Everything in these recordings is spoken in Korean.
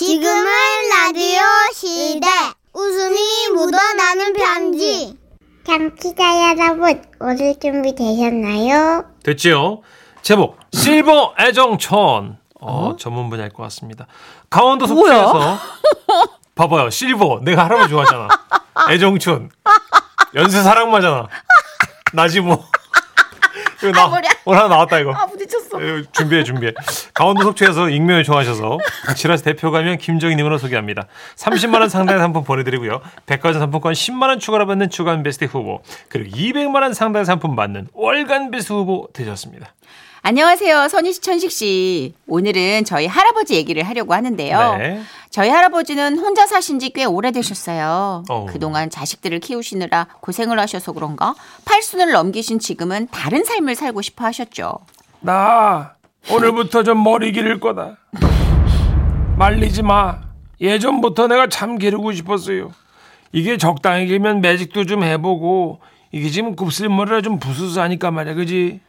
지금은 라디오 시대. 웃음이 묻어나는 편지. 청취자 여러분, 오늘 준비 되셨나요? 됐지요? 제목 실버 애정촌 어, 전문 분야일 것 같습니다. 강원도 속초에서 봐봐요 실버 내가 할아버지 좋아하잖아 애정촌 연쇄 사랑마잖아 나지 뭐 이거 나 오늘 하나 나왔다 아, 이거 부딪혔어. 에휴, 예, 준비해 준비해. 강원도 속초에서 익명을 정하셔서 지라스 대표 가면 김정희님으로 소개합니다. 30만 원 상당의 상품 보내드리고요. 백화점 상품권 10만 원 추가로 받는 주간 베스트 후보 그리고 200만 원 상당의 상품 받는 월간 베스트 후보 되셨습니다. 안녕하세요. 선희 씨, 천식 씨. 오늘은 저희 할아버지 얘기를 하려고 하는데요. 네. 저희 할아버지는 혼자 사신 지 꽤 오래되셨어요. 어우. 그동안 자식들을 키우시느라 고생을 하셔서 그런가 팔순을 넘기신 지금은 다른 삶을 살고 싶어 하셨죠. 나 오늘부터 좀 머리 기를 거다. 말리지 마. 예전부터 내가 참 기르고 싶었어요. 이게 적당히 길면 매직도 좀 해보고 이게 지금 곱슬머리라 좀 부스스하니까 말이야, 그지?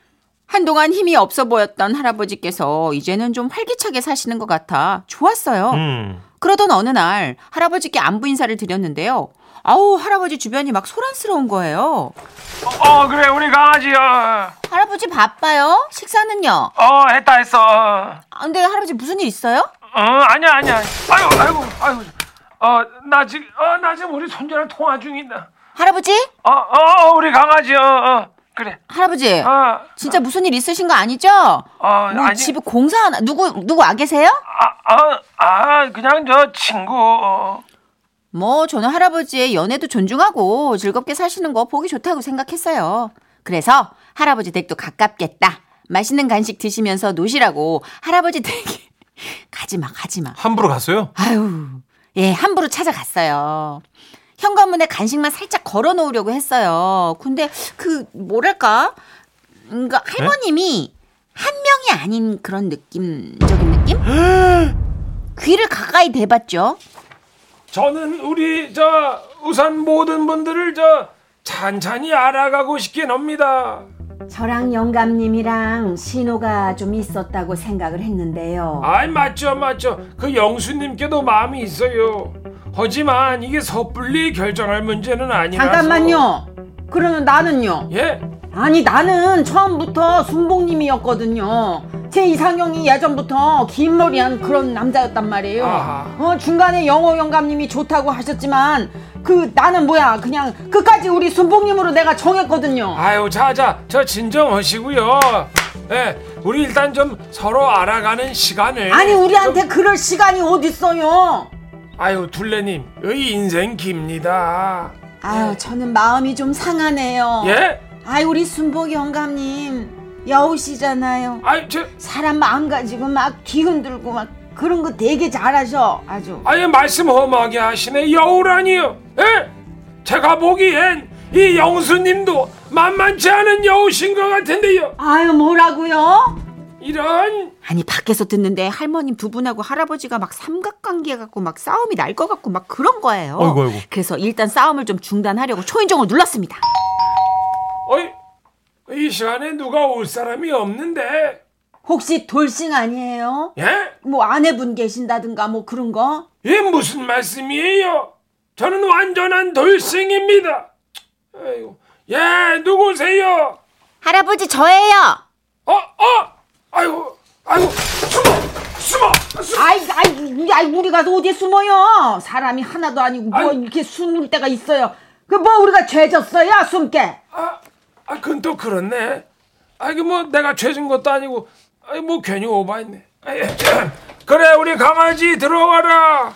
한동안 힘이 없어 보였던 할아버지께서 이제는 좀 활기차게 사시는 것 같아 좋았어요. 음. 그러던 어느 날 할아버지께 안부 인사를 드렸는데요. 아우 할아버지 주변이 막 소란스러운 거예요. 어 그래 우리 강아지야. 할아버지 바빠요? 식사는요? 어 했다 했어. 아, 근데 할아버지 무슨 일 있어요? 어 아니야 아니야. 아유 아유 아유. 어나 지금 어나 지금 우리 손자랑 통화 중이다. 할아버지? 어어 우리 강아지 어 어. 그래. 할아버지 어. 진짜 무슨 일 있으신 거 아니죠? 어, 뭐 아니- 집에 공사 하나 누구 누구 아 계세요? 아, 아, 아, 그냥 저 친구. 어. 뭐 저는 할아버지의 연애도 존중하고 즐겁게 사시는 거 보기 좋다고 생각했어요. 그래서 할아버지 댁도 가깝겠다. 맛있는 간식 드시면서 노시라고 할아버지 댁에 가지마 가지마. 함부로 갔어요? 아유, 예, 함부로 찾아갔어요. 현관문에 간식만 살짝 걸어 놓으려고 했어요. 근데 그 뭐랄까? 네? 그러니까 할머님이 한 명이 아닌 그런 느낌적인 느낌? 귀를 가까이 대봤죠. 저는 우리 저 우산 모든 분들을 저 찬찬히 알아가고 싶긴 합니다. 저랑 영감님이랑 신호가 좀 있었다고 생각을 했는데요. 아이 맞죠 맞죠. 그 영수님께도 마음이 있어요. 하지만 이게 섣불리 결정할 문제는 아니라서. 잠깐만요. 어. 그러면 나는요. 예? 아니 나는 처음부터 순봉님이었거든요. 제 이상형이 예전부터 긴 머리한 그런 남자였단 말이에요. 아하. 어, 중간에 영호 영감님이 좋다고 하셨지만 그 나는 뭐야 그냥 끝까지 우리 순봉님으로 내가 정했거든요. 아유 자자 저 진정하시고요. 예, 우리 일단 좀 서로 알아가는 시간을. 아니 좀- 우리한테 그럴 시간이 어딨어요? 아유 둘레님, 의 인생 깁니다. 아유 저는 마음이 좀 상하네요. 네. 예? 아이 우리 순복 영감님 여우시잖아요. 아이 저 사람 마음 가지고 막 뒤흔들고 막 그런 거 되게 잘하셔 아주. 아예 말씀 험하게 하시네 여우라니요 예? 제가 보기엔 이 영수님도 만만치 않은 여우신 것 같은데요 아유 뭐라고요? 이런 아니 밖에서 듣는데 할머님 두 분하고 할아버지가 막 삼각관계 갖고 막 싸움이 날 것 같고 막 그런 거예요. 어이구, 어이구. 그래서 일단 싸움을 좀 중단하려고 초인종을 눌렀습니다. 어이 이 시간에 누가 올 사람이 없는데 혹시 돌싱 아니에요? 예? 뭐 아내분 계신다든가 뭐 그런 거? 이 무슨 말씀이에요? 저는 완전한 돌싱입니다 아이고 예 누구세요? 할아버지 저예요. 어? 어? 아이고 아이고 숨어 숨어 숨어 아이 아이 아이 우리 가서 어디 숨어요? 사람이 하나도 아니고 뭐 아이. 이렇게 숨을 때가 있어요. 그 뭐 우리가 죄졌어요 숨게? 아, 아, 그건 또 그렇네. 아, 이게 뭐 내가 죄진 것도 아니고, 아니 뭐 괜히 오바했네. 아이, 그래, 우리 강아지 들어와라.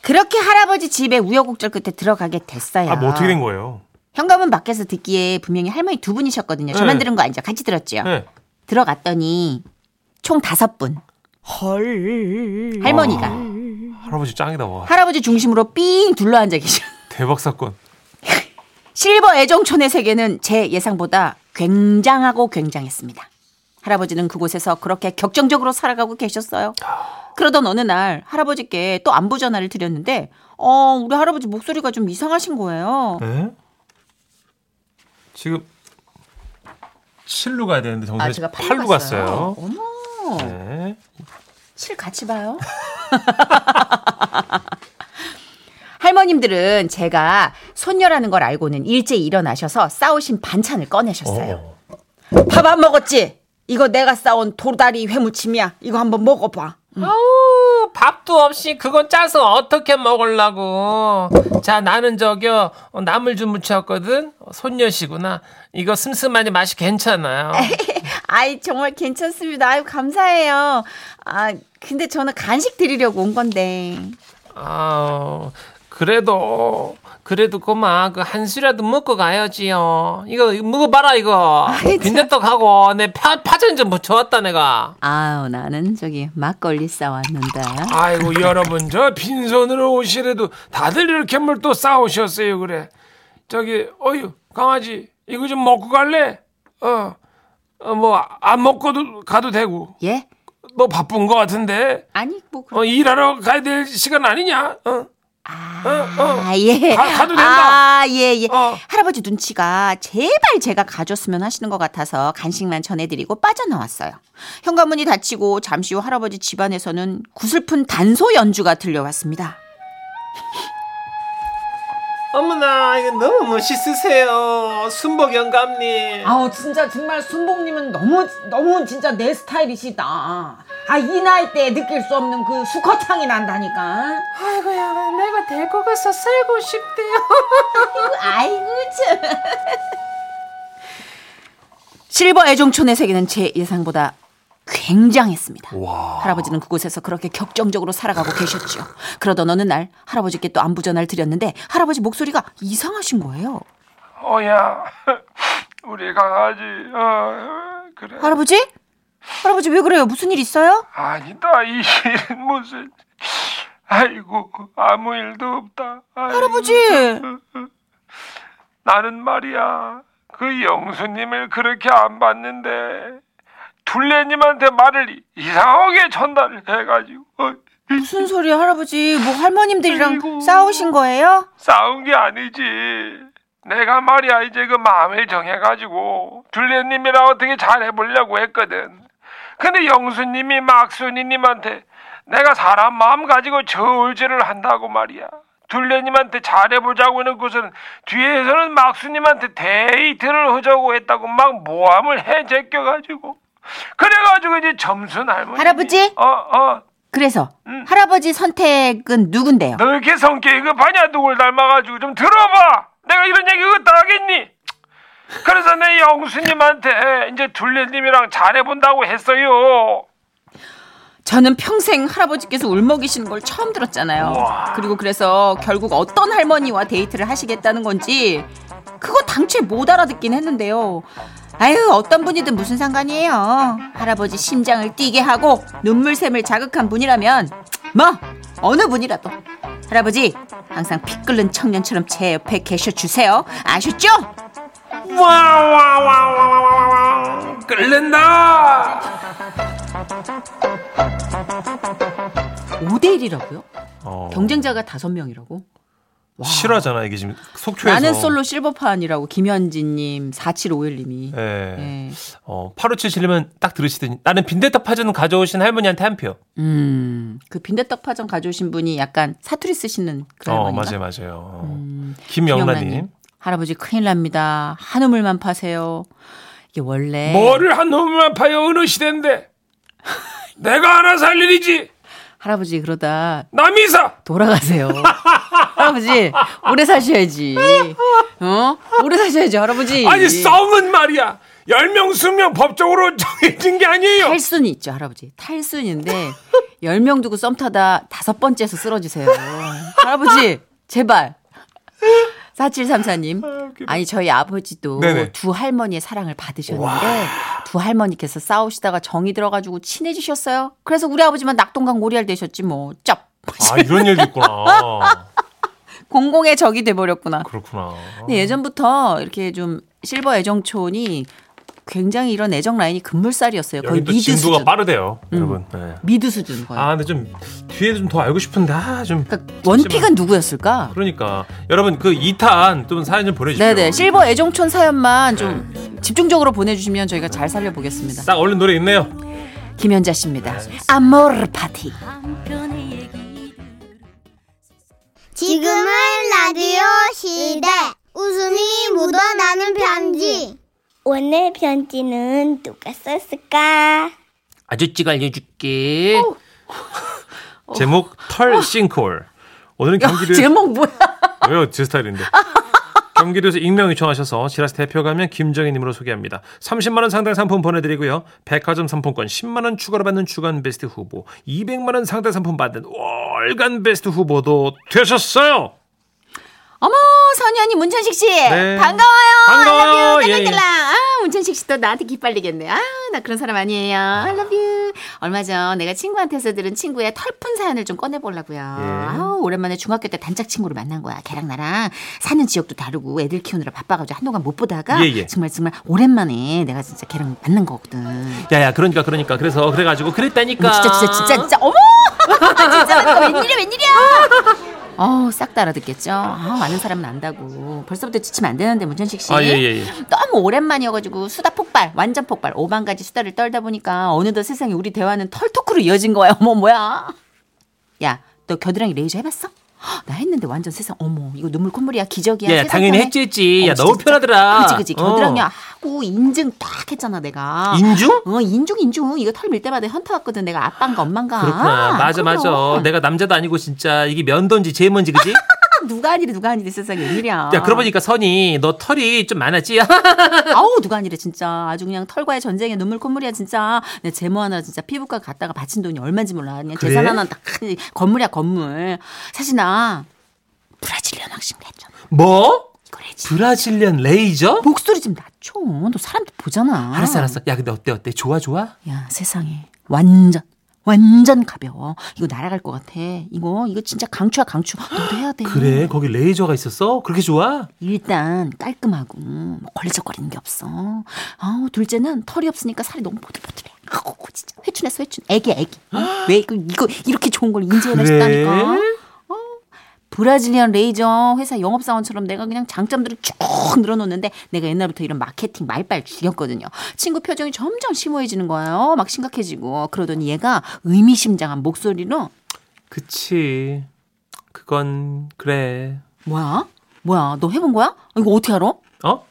그렇게 할아버지 집에 우여곡절 끝에 들어가게 됐어요. 아 뭐 어떻게 된 거예요? 현관문 밖에서 듣기에 분명히 할머니 두 분이셨거든요. 저만 네. 들은 거 아니죠? 같이 들었죠. 네. 들어갔더니 총 다섯 분. 헐. 할머니가 할아버지 짱이다 와 할아버지 중심으로 삥 둘러앉아 계셔. 대박 사건. 실버 애정촌의 세계는 제 예상보다 굉장하고 굉장했습니다. 할아버지는 그곳에서 그렇게 격정적으로 살아가고 계셨어요. 그러던 어느 날 할아버지께 또 안부 전화를 드렸는데 어, 우리 할아버지 목소리가 좀 이상하신 거예요. 네? 지금 7루 가야 되는데 정선 아, 제가 팔로 팔로 갔어요. 어머. 네. 실 같이 봐요. 할머님들은 제가 손녀라는 걸 알고는 일제히 일어나셔서 싸우신 반찬을 꺼내셨어요. 어. 밥 안 먹었지? 이거 내가 싸온 도다리 회무침이야. 이거 한번 먹어봐. 아우 밥도 없이 그건 짜서 어떻게 먹으려고 자 나는 저기요 어, 나물 좀 무쳤거든 손녀시구나 이거 슴슴하니 맛이 괜찮아요 아이 정말 괜찮습니다. 아유 감사해요. 아 근데 저는 간식 드리려고 온 건데. 아우 그래도 그래도 고마 그 한술이라도 먹고 가야지요 이거 이거 먹어봐라 이거 빈대떡하고 내 파, 파전 좀 부쳐왔다 내가 아우 나는 저기 막걸리 싸왔는데. 아이고 여러분 저 빈손으로 오시래도 다들 이렇게 뭘 또 싸우셨어요 그래 저기 어유 강아지 이거 좀 먹고 갈래 어, 어뭐 안 먹고도 가도 되고 예? 너 바쁜 거 같은데 아니 뭐 그런. 어 일하러 가야 될 시간 아니냐 어 아 예. 가- 가도 된다. 아 예, 예. 어. 할아버지 눈치가 제발 제가 가줬으면 하시는 것 같아서 간식만 전해드리고 빠져나왔어요. 현관문이 닫히고 잠시 후 할아버지 집안에서는 구슬픈 단소 연주가 들려왔습니다. 어머나 이거 너무 멋있으세요 순복 영감님 아우 진짜 정말 순복님은 너무 너무 진짜 내 스타일이시다. 아 이 나이 때 느낄 수 없는 그 수컷향이 난다니까. 아이고야 내가 데리고 가서 살고 싶대요 아이고 참. 실버 애종촌의 세계는 제 예상보다 굉장했습니다. 할아버지는 그곳에서 그렇게 격정적으로 살아가고 계셨죠. 그러던 어느 날 할아버지께 또 안부전화를 드렸는데 할아버지 목소리가 이상하신 거예요. 어야 우리 강아지 어 그래 할아버지? 할아버지 왜 그래요? 무슨 일 있어요? 아니다 이 일은 무슨 아이고 아무 일도 없다 아이고. 할아버지! 나는 말이야 그 영수님을 그렇게 안 봤는데 둘레님한테 말을 이상하게 전달해가지고 어, 무슨 소리야 할아버지? 뭐 할머님들이랑 싸우신 거예요? 싸운 게 아니지 내가 말이야 이제 그 마음을 정해가지고 둘레님이랑 어떻게 잘해보려고 했거든 근데 영수님이 막순이님한테 내가 사람 마음 가지고 저울질을 한다고 말이야 둘레님한테 잘해보자고는 것은 뒤에서는 막수님한테 데이트를 하자고 했다고 막 모함을 해 제껴가지고 그래가지고 이제 점수 날머니 할아버지? 어어 그래서 할아버지 선택은 누군데요? 너 이렇게 성격이 급하냐 누굴 닮아가지고 좀 들어봐 내가 이런 얘기 그다 하겠니 그래서 내 영수님한테 이제 둘레님이랑 잘해본다고 했어요 저는 평생 할아버지께서 울먹이시는 걸 처음 들었잖아요. 그리고 그래서 결국 어떤 할머니와 데이트를 하시겠다는 건지 그거 당최 못 알아듣긴 했는데요. 아유 어떤 분이든 무슨 상관이에요. 할아버지 심장을 뛰게 하고 눈물샘을 자극한 분이라면 뭐 어느 분이라도 할아버지 항상 피 끓는 청년처럼 제 옆에 계셔 주세요. 아셨죠? 와와와와와와 끓는다 5대 1이라고요? 어. 경쟁자가 5명이라고? 실화잖아 이게 지금 속초에서. 나는 솔로 실버판이라고 김현진님 4751님이 예. 예. 어, 8577님은 딱 들으시더니 나는 빈대떡 파전 가져오신 할머니한테 한 표. 음, 그 빈대떡 파전 가져오신 분이 약간 사투리 쓰시는 그런 어, 분인가? 음, 맞아요, 맞아요. 어. 김영란님. 할아버지 큰일 납니다. 한 우물만 파세요. 이게 원래 뭐를 한 놈만 파여 어느 시대인데 내가 하나 살 일이지 할아버지 그러다 남이사 돌아가세요. 할아버지 오래 사셔야지. 어? 오래 사셔야지 할아버지. 아니 썸은 말이야 열명 수명 법적으로 정해진 게 아니에요 탈순이 있죠 할아버지. 탈순인데 10명 두고 썸 타다 다섯 번째에서 쓰러지세요. 할아버지 제발. 4734님. 아니, 저희 아버지도 네네. 두 할머니의 사랑을 받으셨는데, 두 할머니께서 싸우시다가 정이 들어가지고 친해지셨어요. 그래서 우리 아버지만 낙동강 오리알 되셨지, 뭐. 쩝. 아, 이런 일도 있구나. 공공의 적이 돼버렸구나. 그렇구나. 근데 예전부터 이렇게 좀 실버 애정촌이 굉장히 이런 애정 라인이 급물살이었어요. 거의 여기도 미드 진도가 수준. 음. 빠르대요, 여러분. 예. 미드 수준 거예요. 아, 근데 좀 뒤에 좀 더 알고 싶은데 아, 좀 그러니까 원픽은 누구였을까? 그러니까 여러분 그 2탄 좀 사연 좀 보내 주세요. 네네 실버 애정촌 사연만 좀 집중적으로 보내주시면 저희가 잘 살려보겠습니다. 딱 얼른 노래 있네요. 김현자 씨입니다. 아모르 파티. 지금은 라디오 시대. 웃음이 묻어나는 편지. 오늘 편지는 누가 썼을까? 아저씨가 알려줄게. 어. 제목 털 싱크홀. 오늘은 아, 경기를 제목 뭐야? 왜요? 제 스타일인데. 경기도에서 익명 요청하셔서 지라스 대표 가면 김정희님으로 소개합니다. 30만 원 상당 상품 보내드리고요. 백화점 상품권 10만 원 추가로 받는 주간 베스트 후보, 200만 원 상당 상품 받는 월간 베스트 후보도 되셨어요. 어머, 선희 언니, 문천식 씨. 네. 반가워요. 반가워요. I love you. 예, 예. 딸랑딸랑. 아, 문천식 씨도 나한테 기빨리겠네. 아, 나 그런 사람 아니에요. I love you. 얼마 전 내가 친구한테서 들은 친구의 털푼 사연을 좀 꺼내보려고요. 예. 아우, 오랜만에 중학교 때 단짝 친구를 만난 거야. 걔랑 나랑 사는 지역도 다르고 애들 키우느라 바빠가지고 한동안 못 보다가 예, 예. 정말 정말 오랜만에 내가 진짜 걔랑 만난 거거든. 야야 그러니까 그러니까 그래서 그래가지고 그랬다니까. 어머, 음, 진짜 진짜 진짜 진짜 어머 진짜 나 웬일이야 웬일이야 어우 싹 다 알아듣겠죠 아, 많은 사람은 안다고 벌써부터 지치면 안 되는데 문천식 씨 아, 예, 예, 예. 너무 오랜만이어가지고 수다 폭발 완전 폭발 오만 가지 수다를 떨다 보니까 어느덧 세상에 우리 대화는 털토크로 이어진 거야 어머 뭐야 야 너 겨드랑이 레이저 해봤어? 헉, 나 했는데 완전 세상 어머 이거 눈물 콧물이야 기적이야 야 세상 예, 당연히 편해. 했지 했지. 어, 야 진짜, 너무 진짜. 편하더라. 그치 그치 겨드랑이 어. 하고 인증 딱 했잖아 내가 인중? 어 인중 인중 이거 털 밀 때마다 현타 왔거든 내가 아빠인가 엄마인가 그렇구나. 맞아 맞아. 그럼. 내가 남자도 아니고 진짜 이게 면도인지 제모인지 그지? 아, 누가 아니래 누가 아니래 세상에 웬일이야 야 그러고 보니까 선이 너 털이 좀 많았지? 아우 누가 아니래 진짜 아주 그냥 털과의 전쟁에 눈물 콧물이야 진짜 내 제모 하나 진짜 피부과 갔다가 바친 돈이 얼마인지 몰라 그냥 그래? 재산 하나 딱 건물이야 건물 사실 나 브라질리언 확신을 했잖아 뭐? 이걸 해지 브라질리언 레이저? 목소리 좀 낮춰 너 사람들 보잖아 알았어 알았어. 야 근데 어때 어때? 좋아 좋아? 야 세상에 완전 완전 가벼워 이거 날아갈 것 같아 이거 이거 진짜 강추야 강추 너도 해야 돼 그래 거기 레이저가 있었어? 그렇게 좋아? 일단 깔끔하고 뭐 걸리적거리는 게 없어 아우 둘째는 털이 없으니까 살이 너무 보들보들해 아우 진짜 회춘했어 회춘 애기 애기 어? 왜 이거, 이거 이렇게 좋은 걸 인지해낼 수 그래? 있다니까 어, 브라질리언 레이저 회사 영업사원처럼 내가 그냥 장점들을 쭉 늘어놓는데 내가 옛날부터 이런 마케팅 말빨 죽였거든요. 친구 표정이 점점 심오해지는 거예요. 막 심각해지고 그러더니 얘가 의미심장한 목소리로 그치. 그건 그래. 뭐야? 뭐야? 너 해본 거야? 이거 어떻게 알아? 어?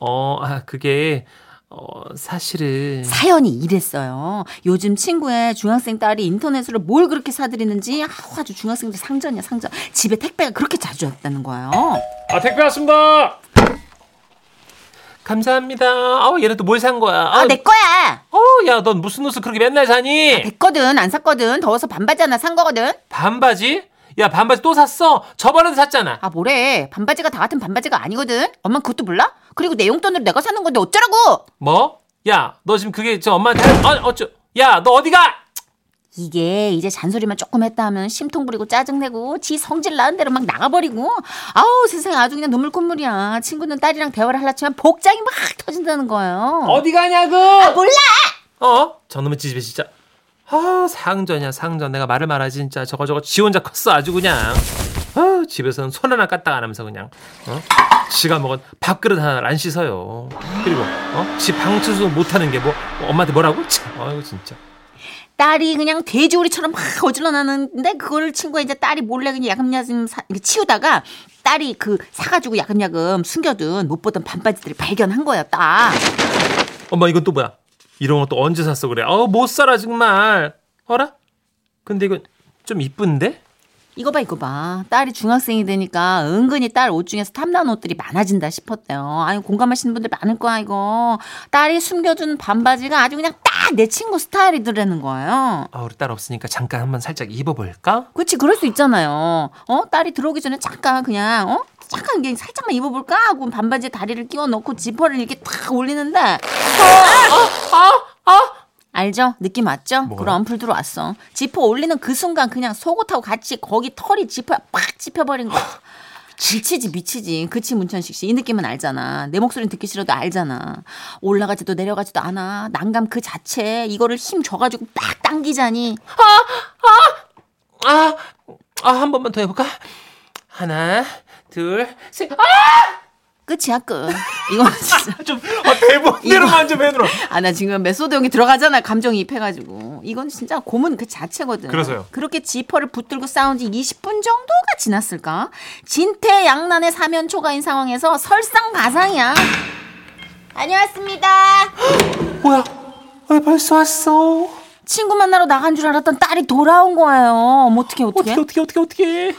어, 아, 그게 어, 사실은 사연이 이랬어요. 요즘 친구의 중학생 딸이 인터넷으로 뭘 그렇게 사들이는지 아우, 아주 중학생들 상전이야 상전. 집에 택배가 그렇게 자주 왔다는 거예요. 아 택배 왔습니다. 감사합니다. 아우, 얘네 아, 네. 또 뭘 산 거야? 아 내 거야. 어, 야, 넌 무슨 옷을 그렇게 맨날 사니? 됐거든 안 샀거든 더워서 반바지 하나 산 거거든. 반바지? 야, 반바지 또 샀어? 저번에도 샀잖아. 아 뭐래 반바지가 다 같은 반바지가 아니거든. 엄마 그것도 몰라? 그리고 내 용돈으로 내가 사는 건데 어쩌라고? 뭐? 야, 너 지금 그게 저 엄마한테 할- 어, 어쩌? 야, 너 어디 가? 이게 이제 잔소리만 조금 했다 하면 심통 부리고 짜증내고 지 성질 나은 대로 막 나가버리고 아우 세상에 아주 그냥 눈물 콧물이야 친구는 딸이랑 대화를 하려치면 복장이 막 터진다는 거예요 어디 가냐고? 아, 몰라. 어? 저놈의 찌집애 진짜. 아, 상전이야, 상전. 내가 말을 말하지 진짜. 저거 저거 지 혼자 컸어 아주 그냥. 아, 집에서는 손 하나 까딱 안 하면서 그냥. 어? 지가 먹은 밥그릇 하나를 안 씻어요. 그리고 어? 지 방치수 못하는 게 뭐 엄마한테 뭐라고? 참, 아이고 진짜. 딸이 그냥 돼지우리처럼 막 어질러나는데 그걸 친구가 이제 딸이 몰래 그냥 야금야금 사- 이렇게 치우다가 딸이 그 사가지고 야금야금 숨겨둔 못 보던 반바지들을 발견한 거예요 딱 엄마 이건 또 뭐야? 이런 거 또 언제 샀어 그래? 어우 못 살아 정말. 어라? 근데 이건 좀 이쁜데? 이거 봐 이거 봐 딸이 중학생이 되니까 은근히 딸 옷 중에서 탐난 옷들이 많아진다 싶었대요 아유 공감하시는 분들 많을 거야 이거 딸이 숨겨둔 반바지가 아주 그냥 딱 내 친구 스타일이더라는 거예요 아 우리 딸 없으니까 잠깐 한번 살짝 입어볼까? 그렇지 그럴 수 있잖아요. 어 딸이 들어오기 전에 잠깐 그냥 어 잠깐 그냥 살짝만 입어볼까 하고 반바지에 다리를 끼워 넣고 지퍼를 이렇게 탁 올리는데 아! 알죠 느낌 왔죠? 그럼 불 들어왔어. 지퍼 올리는 그 순간 그냥 속옷하고 같이 거기 털이 지퍼 팍 찝혀버린 거. 미치지 미치지 그치 문천식 씨 이 느낌은 알잖아 내 목소리는 듣기 싫어도 알잖아 올라가지도 내려가지도 않아 난감 그 자체 이거를 힘 줘가지고 딱 당기자니 아, 아, 한 번만 더 해볼까? 하나, 둘, 셋. 아! 끝이야 끝 이건 진짜. 좀 아, 대본대로만 좀 해놓으라. 아, 나 지금 메소드 형이 들어가잖아. 감정이입해가지고. 이건 진짜 고문 그 자체거든. 그래서요? 그렇게 지퍼를 붙들고 싸운 지 20분 정도가 지났을까? 진퇴양난의 사면 초과인 상황에서 설상가상이야. 다녀왔습니다. 뭐야? 왜 벌써 왔어? 친구 만나러 나간 줄 알았던 딸이 돌아온 거예요. 어떻게 어떻게? 어떻게 어떻게 어떻게 어떻게?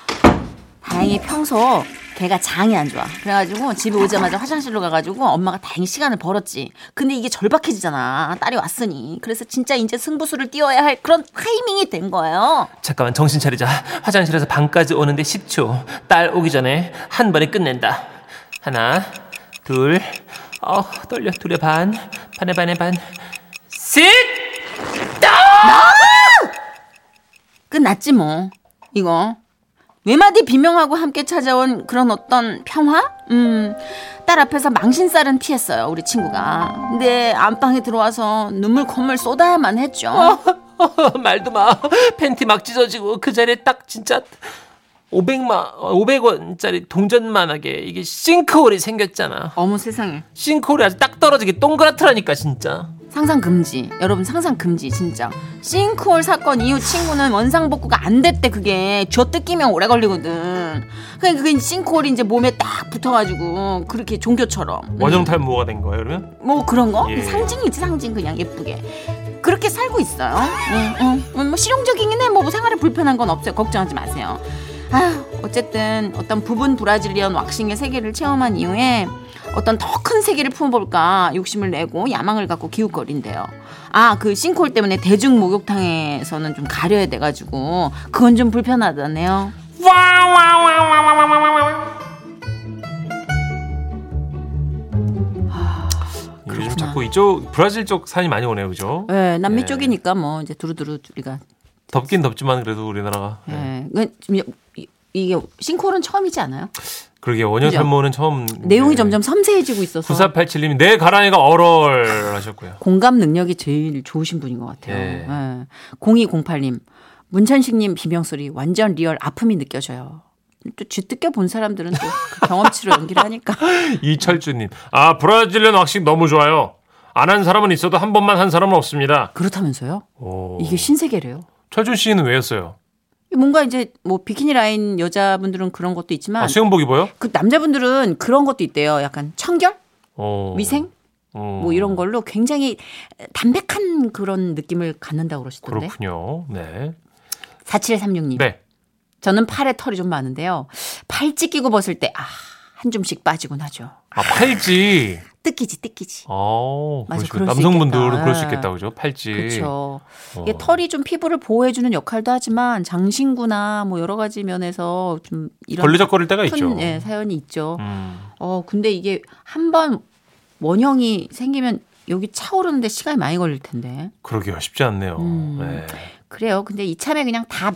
다행히 평소 걔가 장이 안 좋아. 그래가지고 집에 오자마자 화장실로 가가지고 엄마가 다행히 시간을 벌었지. 근데 이게 절박해지잖아. 딸이 왔으니. 그래서 진짜 이제 승부수를 띄워야 할 그런 타이밍이 된 거예요. 잠깐만 정신 차리자. 화장실에서 방까지 오는데 10초. 딸 오기 전에 한 번에 끝낸다. 하나, 둘, 어 떨려 둘의 반, 반의 반의 반. 셋! 끝났지 뭐. 이거. 외마디 비명하고 함께 찾아온 그런 어떤 평화? 음, 딸 앞에서 망신살은 피했어요, 우리 친구가. 근데 안방에 들어와서 눈물 콧물 쏟아야만 했죠. 어, 말도 마. 팬티 막 찢어지고 그 자리에 딱 진짜 500만 500원짜리 동전만하게 이게 싱크홀이 생겼잖아. 어머 세상에. 싱크홀이 아주 딱 떨어지게 동그랗더라니까 진짜. 상상 금지. 여러분 상상 금지 진짜. 싱크홀 사건 이후 친구는 원상복구가 안 됐대 그게. 쥐어뜯기면 오래 걸리거든. 그러니까 그게 그게 싱크홀이 이제 몸에 딱 붙어가지고 그렇게 종교처럼. 원형 탈모가 된 거예요, 그러면? 뭐 그런 거? 예. 상징이지 상징 그냥 예쁘게. 그렇게 살고 있어요. 응, 응. 뭐 실용적이긴 해. 뭐 생활에 불편한 건 없어요. 걱정하지 마세요. 아, 어쨌든 어떤 부분 브라질리언 왁싱의 세계를 체험한 이후에 어떤 더 큰 세계를 품어볼까 욕심을 내고 야망을 갖고 기웃거린대요. 아, 그 싱크홀 때문에 대중 목욕탕에서는 좀 가려야 돼가지고 그건 좀 불편하다네요. 요즘 자꾸 이쪽 브라질 쪽 산이 많이 오네요, 그죠? 예, 남미 예. 쪽이니까 뭐 이제 두루두루 우리가 덥긴 덥지만 그래도 우리나라가 예. 예, 그좀 이- 이게 싱크홀은 처음이지 않아요? 그러게 원형 그죠? 탈모는 처음 내용이 점점 섬세해지고 있어서 9487님이 내 가라니가 얼얼 하셨고요. 공감 능력이 제일 좋으신 분인 것 같아요. 예. 예. 0208님 문천식님 비명소리 완전 리얼 아픔이 느껴져요. 또 쥐뜯겨 본 사람들은 또그 경험치로 연기를 하니까 이철주님, 아 브라질리언 왁싱 너무 좋아요. 안 한 사람은 있어도 한 번만 한 사람은 없습니다. 그렇다면서요? 오. 이게 신세계래요. 철준 씨는 왜 했어요? 뭔가 이제 뭐 비키니 라인 여자분들은 그런 것도 있지만 아, 수영복 입어요? 그 남자분들은 그런 것도 있대요. 약간 청결, 어. 위생 어. 뭐 이런 걸로 굉장히 담백한 그런 느낌을 갖는다고 그러시던데. 그렇군요. 네. 4736님. 네. 저는 팔에 털이 좀 많은데요. 팔찌 끼고 벗을 때, 아, 한 줌씩 빠지곤 하죠. 아 팔찌. 뜯기지, 뜯기지. 어. 맞아, 그러시겠다. 그럴 수 남성분들은 있겠다. 그럴 수 있겠다, 그죠? 팔찌. 그렇죠. 이게 예. 어. 털이 좀 피부를 보호해주는 역할도 하지만 장신구나 뭐 여러 가지 면에서 좀 이런 걸리적거릴 때가 있죠. 큰 예, 사연이 있죠. 음. 어 근데 이게 한 번 원형이 생기면 여기 차오르는데 시간이 많이 걸릴 텐데 그러게요. 쉽지 않네요. 음. 네. 그래요. 근데 이참에 그냥 다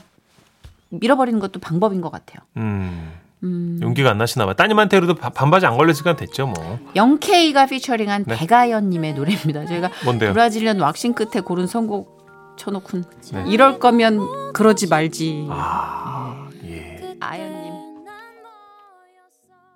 밀어버리는 것도 방법인 것 같아요. 음. 음. 용기가 안 나시나 봐요. 따님한테 그래도 바- 반바지 안 걸렸으니까 됐죠, 뭐. 0K가 피처링한 네. 백아연님의 노래입니다. 저희가 뭔데요? 브라질리언 왁싱 끝에 고른 선곡 쳐놓군. 네. 이럴 거면 그러지 말지. 아. 예.